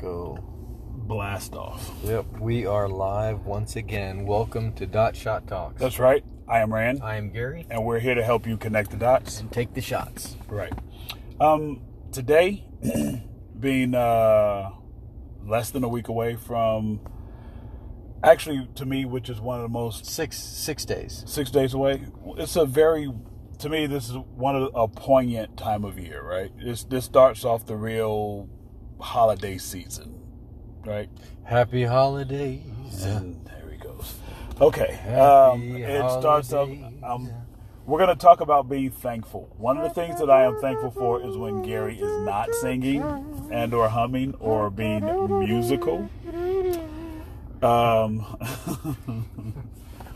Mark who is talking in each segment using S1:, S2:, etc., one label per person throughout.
S1: go.
S2: Blast off.
S1: Yep, we are live once again. Welcome to Dot Shot Talks.
S2: That's right. I am Rand,
S1: I am Gary.
S2: and we're here to help you connect the dots.
S1: Take the shots.
S2: Right. Um, today, being uh, less than a week away from, actually, to me, which is one of the most
S1: Six six days.
S2: six days away. It's a very, to me, this is one of the, a poignant time of year, right? This this starts off the real holiday season, right?
S1: Happy holidays.
S2: And there he goes. Okay,
S1: Happy
S2: um, it starts up.
S1: holidays.
S2: Um, we're gonna talk about being thankful. One of the things that I am thankful for is when Gary is not singing and or humming or being musical. Um,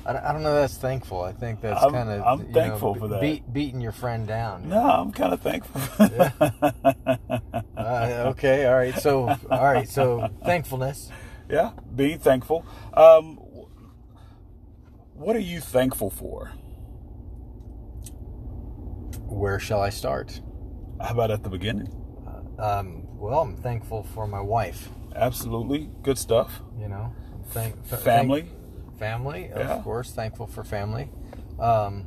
S1: I, don't- I don't know. That's thankful. I think that's
S2: I'm-
S1: kind of.
S2: I'm thankful for that.
S1: Beat, beating your friend down.
S2: no, I'm kind of thankful.
S1: Uh, okay. All right. So all right. So thankfulness.
S2: Yeah, be thankful. Um, what are you thankful for?
S1: Where shall I start?
S2: How about at the beginning?
S1: Um, well, I'm thankful for my wife.
S2: Absolutely, good stuff.
S1: You know, thank th-
S2: Family.
S1: thank- family, of
S2: Yeah.
S1: course. Thankful for family. Um,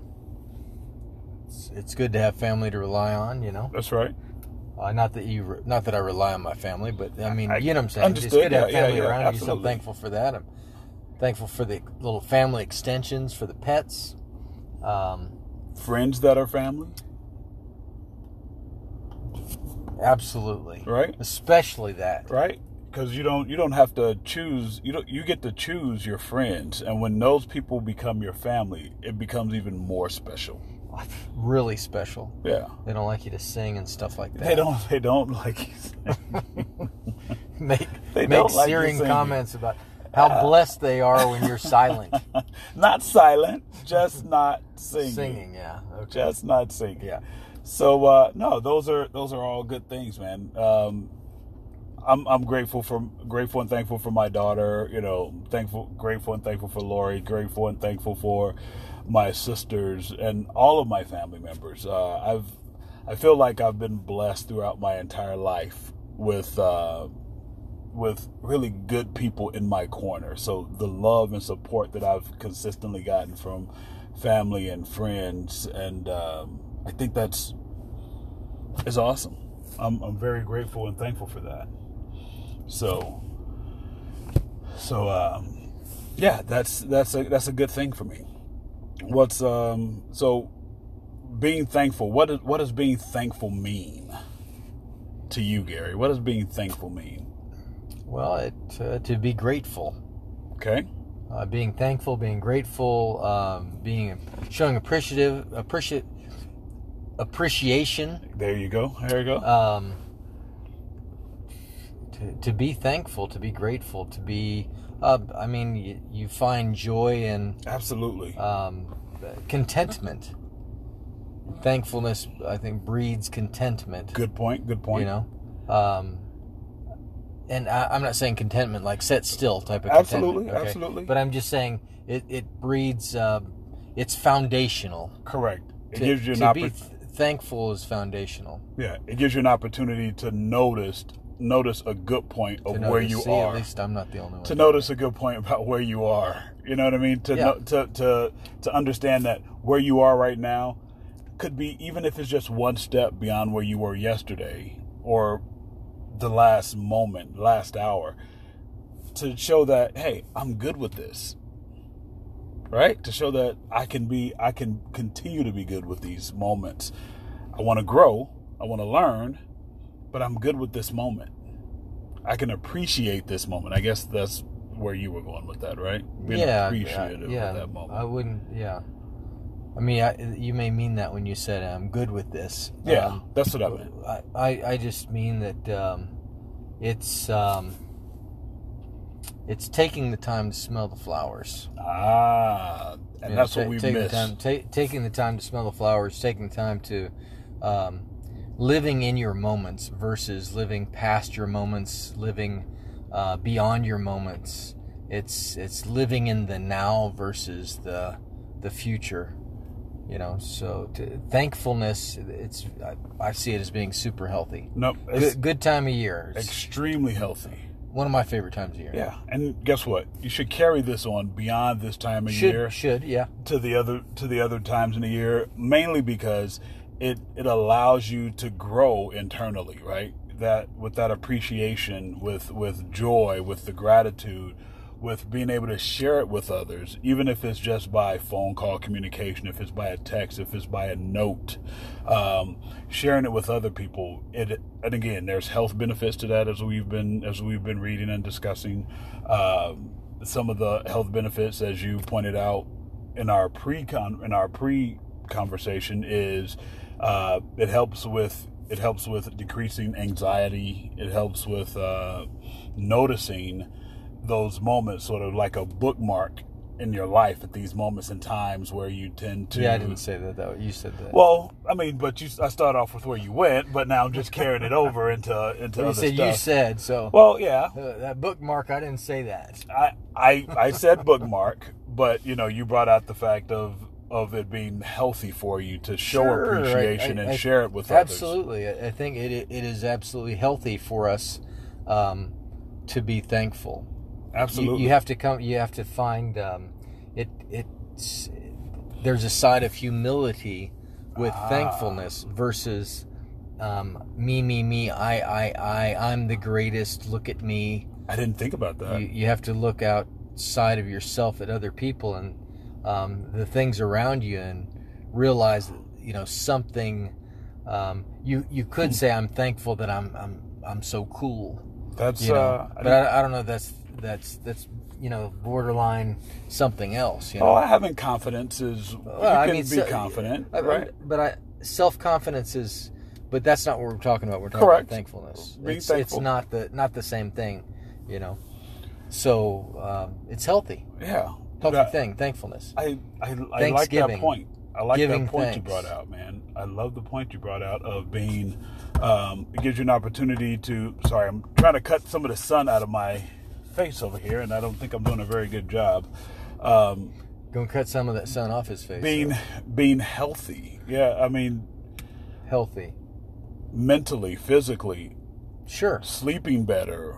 S1: it's, it's good to have family to rely on. You know,
S2: That's right.
S1: uh, not that you, re- not that I rely on my family, but I mean,
S2: I-
S1: you know what I'm saying. It's
S2: understood.
S1: good to have
S2: Yeah, yeah,
S1: family
S2: yeah,
S1: around you. So I'm
S2: absolutely.
S1: thankful for that. I'm thankful for the little family extensions for the pets. Um,
S2: Friends that are family,
S1: absolutely,
S2: right?
S1: especially that.
S2: Right? Because you don't you don't have to choose. You don't you get to choose your friends, and when those people become your family, it becomes even more special.
S1: Really special.
S2: Yeah.
S1: They don't like you to sing and stuff like that.
S2: They don't. They don't like.
S1: make
S2: They
S1: make
S2: don't like Uh, you
S1: searing
S2: singing.
S1: comments about how blessed they are when you're silent
S2: not silent. Just not singing.
S1: singing. Yeah. Okay.
S2: Just not singing.
S1: Yeah.
S2: So uh, no, those are those are all good things, man. Um, I'm I'm grateful for grateful and thankful for my daughter. You know, thankful, grateful and thankful for Lori. Grateful and thankful for my sisters and all of my family members. Uh, I've I feel like I've been blessed throughout my entire life with. Uh, with really good people in my corner. So the love and support that I've consistently gotten from family and friends, and um, I think that's is awesome. I'm, I'm very grateful and thankful for that. So, so um, yeah, that's that's a that's a good thing for me. What's um so being thankful? What is, what does being thankful mean to you, Gary? What does being thankful mean?
S1: Well, it, uh, to be grateful,
S2: Okay.
S1: uh, being thankful, being grateful, um, being showing appreciative, appreciate appreciation.
S2: There you go. There you go.
S1: Um, to, to be thankful, to be grateful, to be. Uh, I mean, you, you find joy in
S2: Absolutely.
S1: um, contentment. Thankfulness, I think, breeds contentment.
S2: good point. Good point.
S1: You know, um, and I, I'm not saying contentment like set still type of
S2: Absolutely,
S1: contentment,
S2: absolutely.
S1: But I'm just saying it it breeds. Uh, it's foundational.
S2: Correct. It
S1: To,
S2: gives you an
S1: to be
S2: opportunity.
S1: th- thankful is foundational.
S2: yeah, it gives you an opportunity to notice notice a good point
S1: To
S2: of
S1: notice.
S2: where you
S1: See,
S2: are.
S1: At least I'm not the only one.
S2: to notice a good point about where you are. You know what I mean? To
S1: Yeah.
S2: know, to to to understand that where you are right now could be even if it's just one step beyond where you were yesterday or the last moment, last hour. To show that, hey, I'm good with this. Right? To show that I can be I can continue to be good with these moments. I want to grow, I want to learn, but I'm good with this moment. I can appreciate this moment. I guess that's where you were going with that, right?
S1: yeah,
S2: appreciative
S1: I, yeah.
S2: of that moment.
S1: I wouldn't. Yeah. I mean, I, you may mean that when you said I'm good with this.
S2: yeah,
S1: Um,
S2: that's what I meant.
S1: I, I, I just mean that um, it's um, it's taking the time to smell the flowers.
S2: Ah, and
S1: You know,
S2: that's
S1: ta-
S2: what we
S1: taking the
S2: missed.
S1: time- ta- taking the time to smell the flowers, taking the time to um, living in your moments versus living past your moments, living uh, beyond your moments. It's it's living in the now versus the the future. You know, so to, thankfulness. It's I, I see it as being super healthy
S2: No, it's
S1: good, good time of year. It's
S2: extremely healthy.
S1: one of my favorite times of year.
S2: Yeah, and guess what? You should carry this on beyond this time of
S1: should
S2: year
S1: should yeah.
S2: to the other to the other times in the year, mainly because it it allows you to grow internally, right? That with that appreciation, with with joy, with the gratitude, with being able to share it with others, even if it's just by phone call communication, if it's by a text, if it's by a note, um, sharing it with other people. It and again, there's health benefits to that as we've been as we've been reading and discussing. Um, some of the health benefits, as you pointed out, in our pre con in our pre conversation is uh, it helps with it helps with decreasing anxiety. It helps with uh, noticing those moments, sort of like a bookmark in your life at these moments and times where you tend to
S1: Yeah, I didn't say that though. You said that.
S2: well, I mean, but you I start off with where you went, but now I'm just carrying it over into into
S1: you
S2: other
S1: said
S2: stuff.
S1: you said so.
S2: well, yeah.
S1: uh, that bookmark, I didn't say that.
S2: I, I I said bookmark, but you know, you brought out the fact of of it being healthy for you to show
S1: Sure, I-
S2: appreciation
S1: I-
S2: and
S1: I-
S2: share it with others.
S1: Absolutely, I I think it it is absolutely healthy for us um, to be thankful.
S2: Absolutely.
S1: You, you have to come. You have to find um, it. It's there's a side of humility with
S2: Ah.
S1: thankfulness versus um, me, me, me. I, I, I. I'm the greatest. Look at me.
S2: I didn't think about that.
S1: you, you have to look outside of yourself at other people and um, the things around you and realize that you know something um, you you
S2: Hmm.
S1: could say I'm thankful that I'm I'm I'm so cool
S2: That's
S1: you know
S2: uh I
S1: but I, I don't know if that's that's that's you know borderline something else you
S2: didn't- oh,
S1: know
S2: I having confidence is you
S1: I
S2: can
S1: mean,
S2: be
S1: so-
S2: confident,
S1: I- I-
S2: right?
S1: but I self confidence is but that's not what we're talking about we're talking
S2: Correct.
S1: about thankfulness
S2: Being
S1: it's,
S2: thankful.
S1: it's not the not the same thing you know so um, it's healthy
S2: yeah.
S1: healthy
S2: That-
S1: thing, thankfulness.
S2: I I, I like that
S1: Thanksgiving.
S2: point. I like
S1: Giving
S2: that point you
S1: thanks.
S2: brought out, man. I love the point you brought out of being. Um, it gives you an opportunity to. Sorry, I'm trying to cut some of the sun out of my face over here, and I don't think I'm doing a very good job. Um,
S1: Gonna cut some of that sun off his face.
S2: being
S1: so
S2: being healthy, yeah. I mean,
S1: healthy,
S2: mentally, physically,
S1: sure,
S2: sleeping better.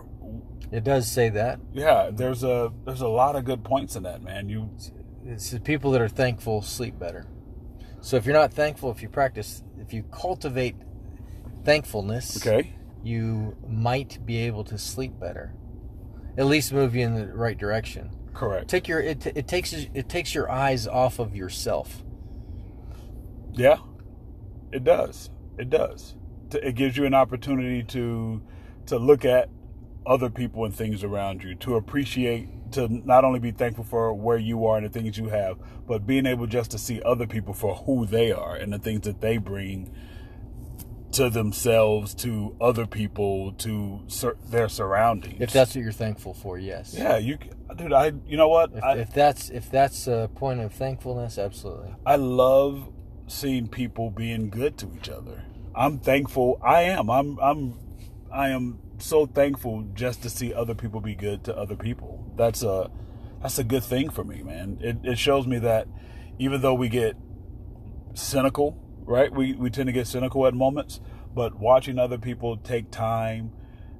S1: it does say that.
S2: Yeah, there's a there's a lot of good points in that, man. You
S1: It's the people that are thankful sleep better. So if you're not thankful, if you practice, if you cultivate thankfulness,
S2: okay?
S1: you might be able to sleep better. At least move you in the right direction.
S2: Correct.
S1: Take your it, it takes it takes your eyes off of yourself.
S2: Yeah, it does. It does. T- It gives you an opportunity to to look at other people and things around you, to appreciate, to not only be thankful for where you are and the things you have, but being able just to see other people for who they are and the things that they bring to themselves, to other people, to sur- their surroundings.
S1: If that's what you're thankful for, yes.
S2: yeah, you, c- dude. I, you know what?
S1: If,
S2: I,
S1: if that's if that's a point of thankfulness, absolutely.
S2: I love seeing people being good to each other. I'm thankful. I am. I'm. I'm. I am so thankful just to see other people be good to other people. That's a. That's a good thing for me, man. It, it shows me that even though we get cynical, right? We we tend to get cynical at moments, but watching other people take time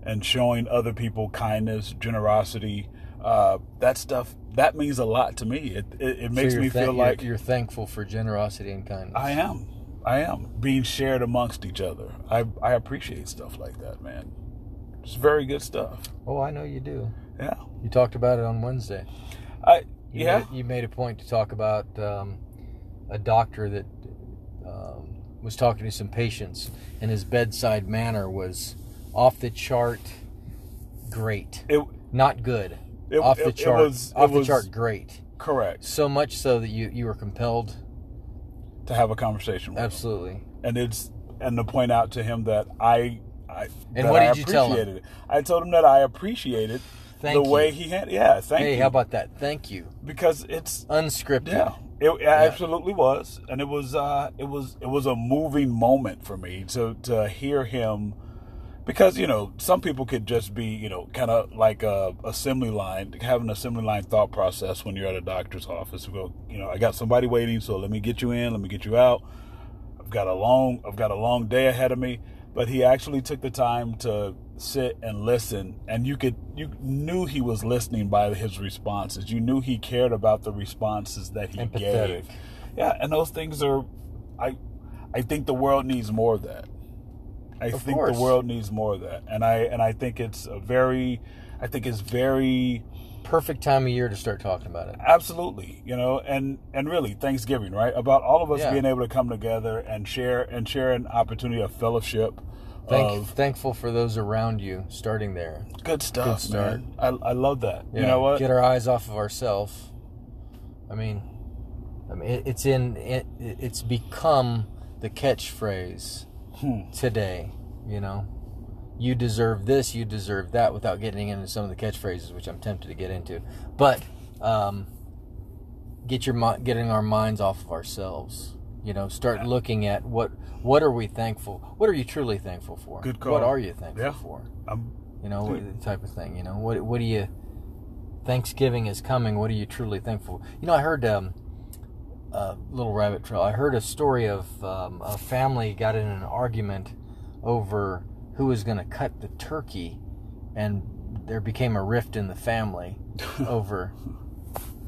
S2: and showing other people kindness, generosity, uh, that stuff that means a lot to me. It it, it
S1: So
S2: makes
S1: you're
S2: me
S1: thank-
S2: feel
S1: you're-
S2: like
S1: you're, thankful for generosity and kindness.
S2: I am. I am being shared amongst each other. I I appreciate stuff like that, man. It's very good stuff.
S1: Oh, I know you do.
S2: Yeah.
S1: You talked about it on Wednesday.
S2: I
S1: You
S2: yeah.
S1: made- you made a point to talk about um, a doctor that um, was talking to some patients, and his bedside manner was off the chart, great,
S2: It
S1: not good,
S2: it,
S1: off
S2: it-
S1: the
S2: it
S1: chart,
S2: was it
S1: off the
S2: was
S1: chart, great.
S2: correct
S1: So much so that you you were compelled,
S2: to have a conversation with him.
S1: absolutely.
S2: and it's and to point out to him that I, I
S1: And
S2: that
S1: what
S2: I
S1: did you tell him?
S2: appreciated it. I told him that I appreciated
S1: Thank
S2: the
S1: you.
S2: way he had. Yeah, thank
S1: hey,
S2: you.
S1: how about that? Thank you.
S2: because it's
S1: Unscripted.
S2: yeah, it, it absolutely was, and it was uh, it was it was a moving moment for me to to hear him. Because you know, some people could just be you know kind of like a assembly line, have an assembly line thought process when you're at a doctor's office. You go, you know, I got somebody waiting, so let me get you in, let me get you out. I've got a long I've got a long day ahead of me. But he actually took the time to sit and listen and you could you knew he was listening by his responses you knew he cared about the responses that he
S1: Empathetic.
S2: gave yeah and those things are i i think the world needs more of that i
S1: Of
S2: think
S1: course.
S2: the world needs more of that and i and i think it's a very i think it's very
S1: Perfect time of year to start talking about it.
S2: absolutely you know and and really thanksgiving right about all of us
S1: Yeah.
S2: being able to come together and share and share an opportunity of fellowship
S1: Thank,
S2: of
S1: Thankful for those around you, starting there.
S2: Good stuff,
S1: Good start.
S2: man. I, I love that.
S1: Yeah,
S2: You know what?
S1: Get our eyes off of ourselves. I mean, I mean, it, it's in it, it's become the catchphrase
S2: Hmm.
S1: today. You know, you deserve this, you deserve that, without getting into some of the catchphrases, which I'm tempted to get into. But um, get your mi- getting our minds off of ourselves. You know, start looking at what what are we thankful? What are you truly thankful for?
S2: Good call.
S1: What are you thankful
S2: Yeah.
S1: for?
S2: I'm,
S1: you know what type of thing you know what what do you thanksgiving is coming what are you truly thankful you know i heard um a little rabbit trail i heard a story of um, a family got in an argument over who was going to cut the turkey and there became a rift in the family over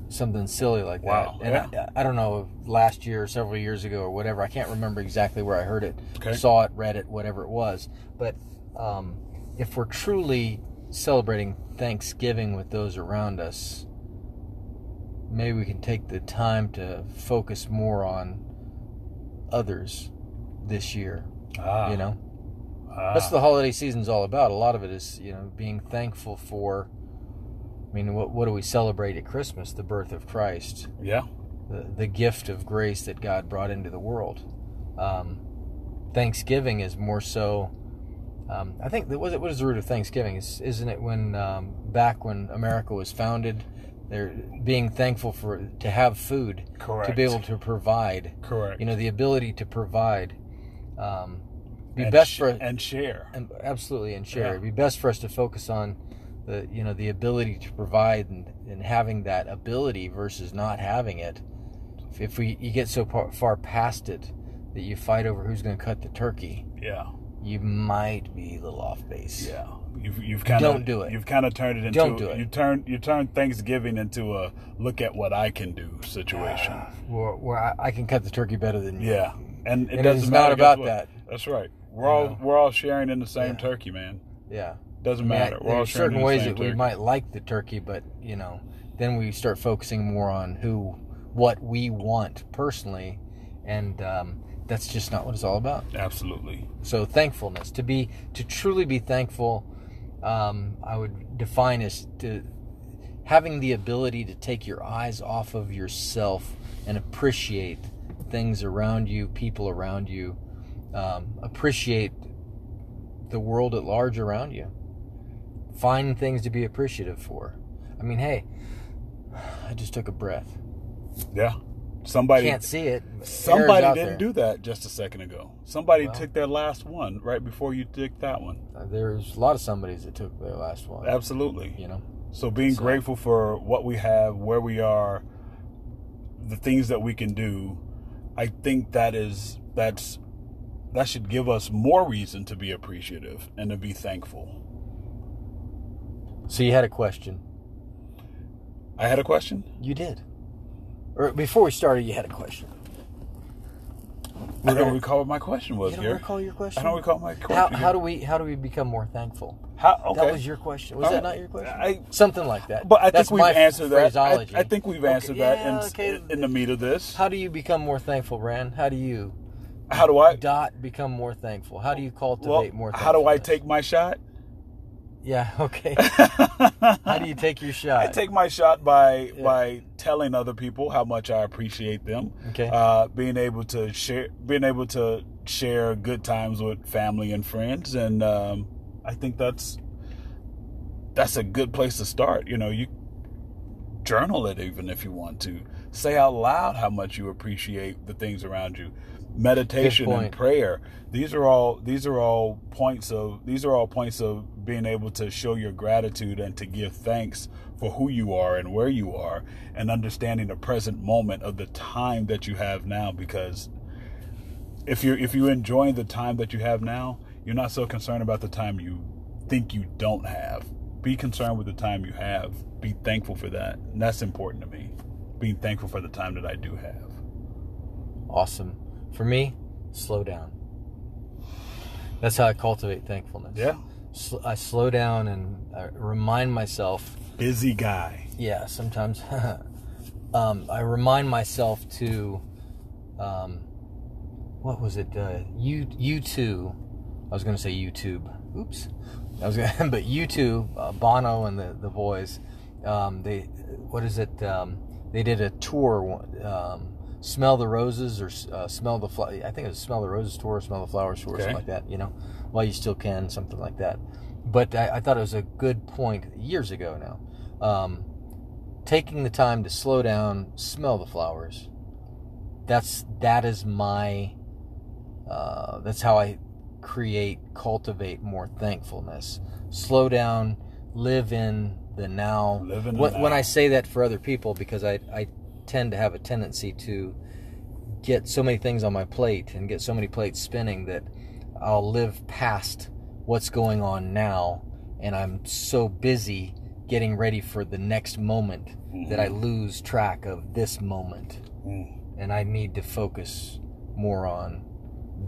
S1: something silly like
S2: Wow,
S1: that and I, I don't know last year or several years ago or whatever i can't remember exactly where i heard it
S2: Okay.
S1: saw it read it whatever it was but um, if we're truly celebrating thanksgiving with those around us maybe we can take the time to focus more on others this year
S2: ah,
S1: you know
S2: ah.
S1: that's what the holiday season's all about a lot of it is you know being thankful for i mean what, what do we celebrate at christmas the birth of christ
S2: yeah.
S1: the, the gift of grace that god brought into the world um, thanksgiving is more so um, i think that was it what is the root of thanksgiving is, isn't it when um, back when america was founded they're being thankful for to have food
S2: Correct.
S1: to be able to provide
S2: Correct.
S1: you know the ability to provide um, be
S2: and
S1: best
S2: sh-
S1: for
S2: and share.
S1: and absolutely and share
S2: Yeah.
S1: it'd be best for us to focus on the you know the ability to provide and, and having that ability versus not having it if, if we you get so par, far past it that you fight over who's going to cut the turkey
S2: Yeah.
S1: you might be a little off base
S2: Yeah. You've you've kind of
S1: Don't do it.
S2: You've kind of turned it into
S1: Don't do it.
S2: you turn you turned Thanksgiving into a look at what I can do situation.
S1: where, where I, I can cut the turkey better than you
S2: yeah. And it
S1: And
S2: doesn't
S1: it's
S2: matter
S1: not
S2: guess
S1: about
S2: what?
S1: that
S2: That's right. We're all
S1: know.
S2: we're all sharing in the same
S1: Yeah.
S2: turkey, man.
S1: yeah
S2: Doesn't
S1: I mean, I-
S2: matter. We're
S1: there
S2: all
S1: are
S2: sharing
S1: certain
S2: in the
S1: ways
S2: same
S1: that we
S2: turkey.
S1: might like the turkey but you know then we start focusing more on who what we want personally and um, that's just not what it's all about
S2: Absolutely.
S1: so thankfulness to be to truly be thankful um, i would define as to having the ability to take your eyes off of yourself and appreciate things around you people around you um, appreciate the world at large around you find things to be appreciative for i mean hey i just took a breath
S2: Yeah. Somebody
S1: can't see it Air's
S2: Somebody
S1: out
S2: didn't
S1: there.
S2: do that just a second ago. Somebody
S1: Well.
S2: took their last one right before you took that one.
S1: there's a lot of somebodies that took their last one
S2: Absolutely.
S1: you know
S2: So being
S1: So-
S2: grateful for what we have, where we are, the things that we can do, I think that is that's that should give us more reason to be appreciative and to be thankful.
S1: So you had a question.
S2: I had a question.
S1: You did. Or before we started, you had a question.
S2: I don't recall what my question was
S1: You don't
S2: here.
S1: recall your question?
S2: I don't recall my question.
S1: How, how do we how do we become more thankful?
S2: How- okay.
S1: That was your question. Was
S2: All
S1: that
S2: right.
S1: not your question?
S2: I-
S1: Something like that.
S2: But I
S1: That's
S2: think we've
S1: my
S2: answered that. I,
S1: phraseology.
S2: I think we've
S1: Okay,
S2: answered that in,
S1: yeah, okay.
S2: in the meat of this.
S1: How do you become more thankful, Rand? How do you
S2: How do I
S1: dot become more thankful? How do you cultivate
S2: well,
S1: more?
S2: how do I
S1: thankfulness?
S2: take my shot?
S1: Yeah. Okay. how
S2: I
S1: do you take your shot?
S2: take my shot by
S1: Yeah.
S2: by telling other people how much I appreciate them.
S1: Okay.
S2: Uh, being able to share, being able to share good times with family and friends, and um, I think that's that's a good place to start. You know, you journal it even if you want to. Say out loud how much you appreciate the things around you. Meditation
S1: Good point.
S2: and prayer. These are all these are all points of these are all points of being able to show your gratitude and to give thanks for who you are and where you are and understanding the present moment of the time that you have now because if you're if you enjoy the time that you have now, you're not so concerned about the time you think you don't have. Be concerned with the time you have. Be thankful for that. And that's important to me. Being thankful for the time that I do have.
S1: Awesome. For me, slow down. That's how I cultivate thankfulness.
S2: Yeah.
S1: Sl- I slow down and I remind myself.
S2: Busy guy.
S1: Yeah, sometimes um, I remind myself to. Um, what was it? Uh, you you two. I was going to say YouTube. Oops. I was going, but you two, uh, Bono and the the boys. Um, they what is it? Um, they did a tour. Um, smell the roses or uh, smell the fl- I think it was smell the roses tour, smell the flowers tour,
S2: Okay.
S1: something like that. You know, while you still can, something like that. But I, I thought it was a good point years ago now. Um, taking the time to slow down, smell the flowers. That's that is my. Uh, that's how I create, cultivate more thankfulness. Slow down, live in the now.
S2: Live in the
S1: when, when
S2: now.
S1: I say that for other people, because I I tend to have a tendency to get so many things on my plate and get so many plates spinning that I'll live past what's going on now, and I'm so busy getting ready for the next moment that I lose track of this moment
S2: Mm.
S1: and I need to focus more on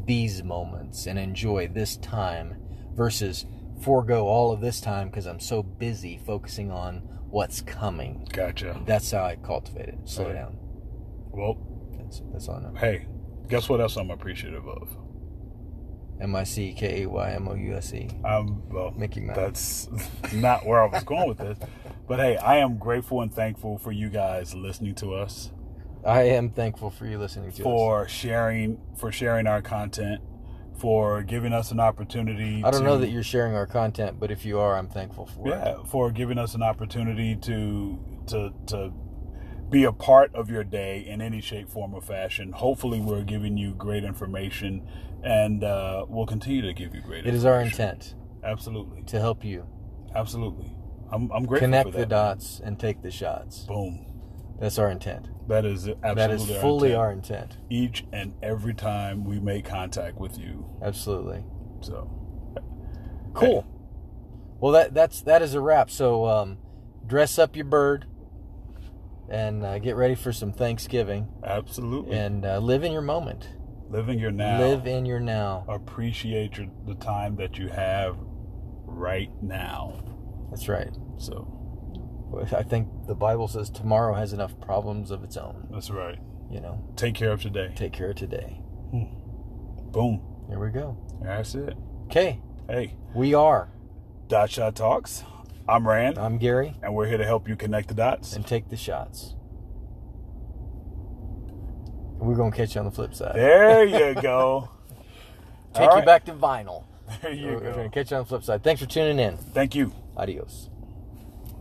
S1: these moments and enjoy this time versus forego all of this time because I'm so busy focusing on what's coming.
S2: Gotcha.
S1: That's how I cultivate it. Slow
S2: Right.
S1: down.
S2: Well,
S1: That's that's all I know.
S2: hey, guess what else I'm appreciative of?
S1: M I C K A Y M O U S E.
S2: I'm well,
S1: Mickey Mouse.
S2: That's not where I was going with this, but hey, I am grateful and thankful for you guys listening to us,
S1: I am thankful for you listening to us.
S2: for sharing, for sharing our content, for giving us an opportunity.
S1: I don't
S2: to,
S1: know that you're sharing our content, but if you are, I'm thankful for it.
S2: yeah, for giving us an opportunity to to to be a part of your day in any shape, form, or fashion. Hopefully, we're giving you great information, and uh, we'll continue to give you great.
S1: It is our
S2: information.
S1: intent
S2: Absolutely,
S1: to help you
S2: absolutely. I'm I'm grateful
S1: connect
S2: for
S1: the
S2: that.
S1: dots and take the shots.
S2: Boom.
S1: That's our intent.
S2: That is absolutely
S1: That is
S2: our
S1: fully
S2: intent.
S1: our intent.
S2: each and every time we make contact with you.
S1: Absolutely.
S2: So
S1: Cool. Well, that that's that is a wrap. So um, dress up your bird and uh, get ready for some Thanksgiving
S2: absolutely,
S1: and uh, live in your moment.
S2: living your now,
S1: Live in your now.
S2: appreciate your, the time that you have right now.
S1: That's right.
S2: So
S1: I think the Bible says tomorrow has enough problems of its own.
S2: that's right.
S1: You know,
S2: Take care of today.
S1: take care of today.
S2: Boom.
S1: There we go.
S2: That's it.
S1: Okay,
S2: Hey,
S1: we are.
S2: Dot Shot Talks. I'm Rand,
S1: I'm Gary,
S2: and we're here to help you connect the dots.
S1: and take the shots. We're gonna catch you on the flip side.
S2: There you go.
S1: Take
S2: All
S1: you
S2: right.
S1: back to vinyl.
S2: There you
S1: We're gonna
S2: go.
S1: catch you on the flip side. Thanks for tuning in.
S2: Thank you.
S1: Adios.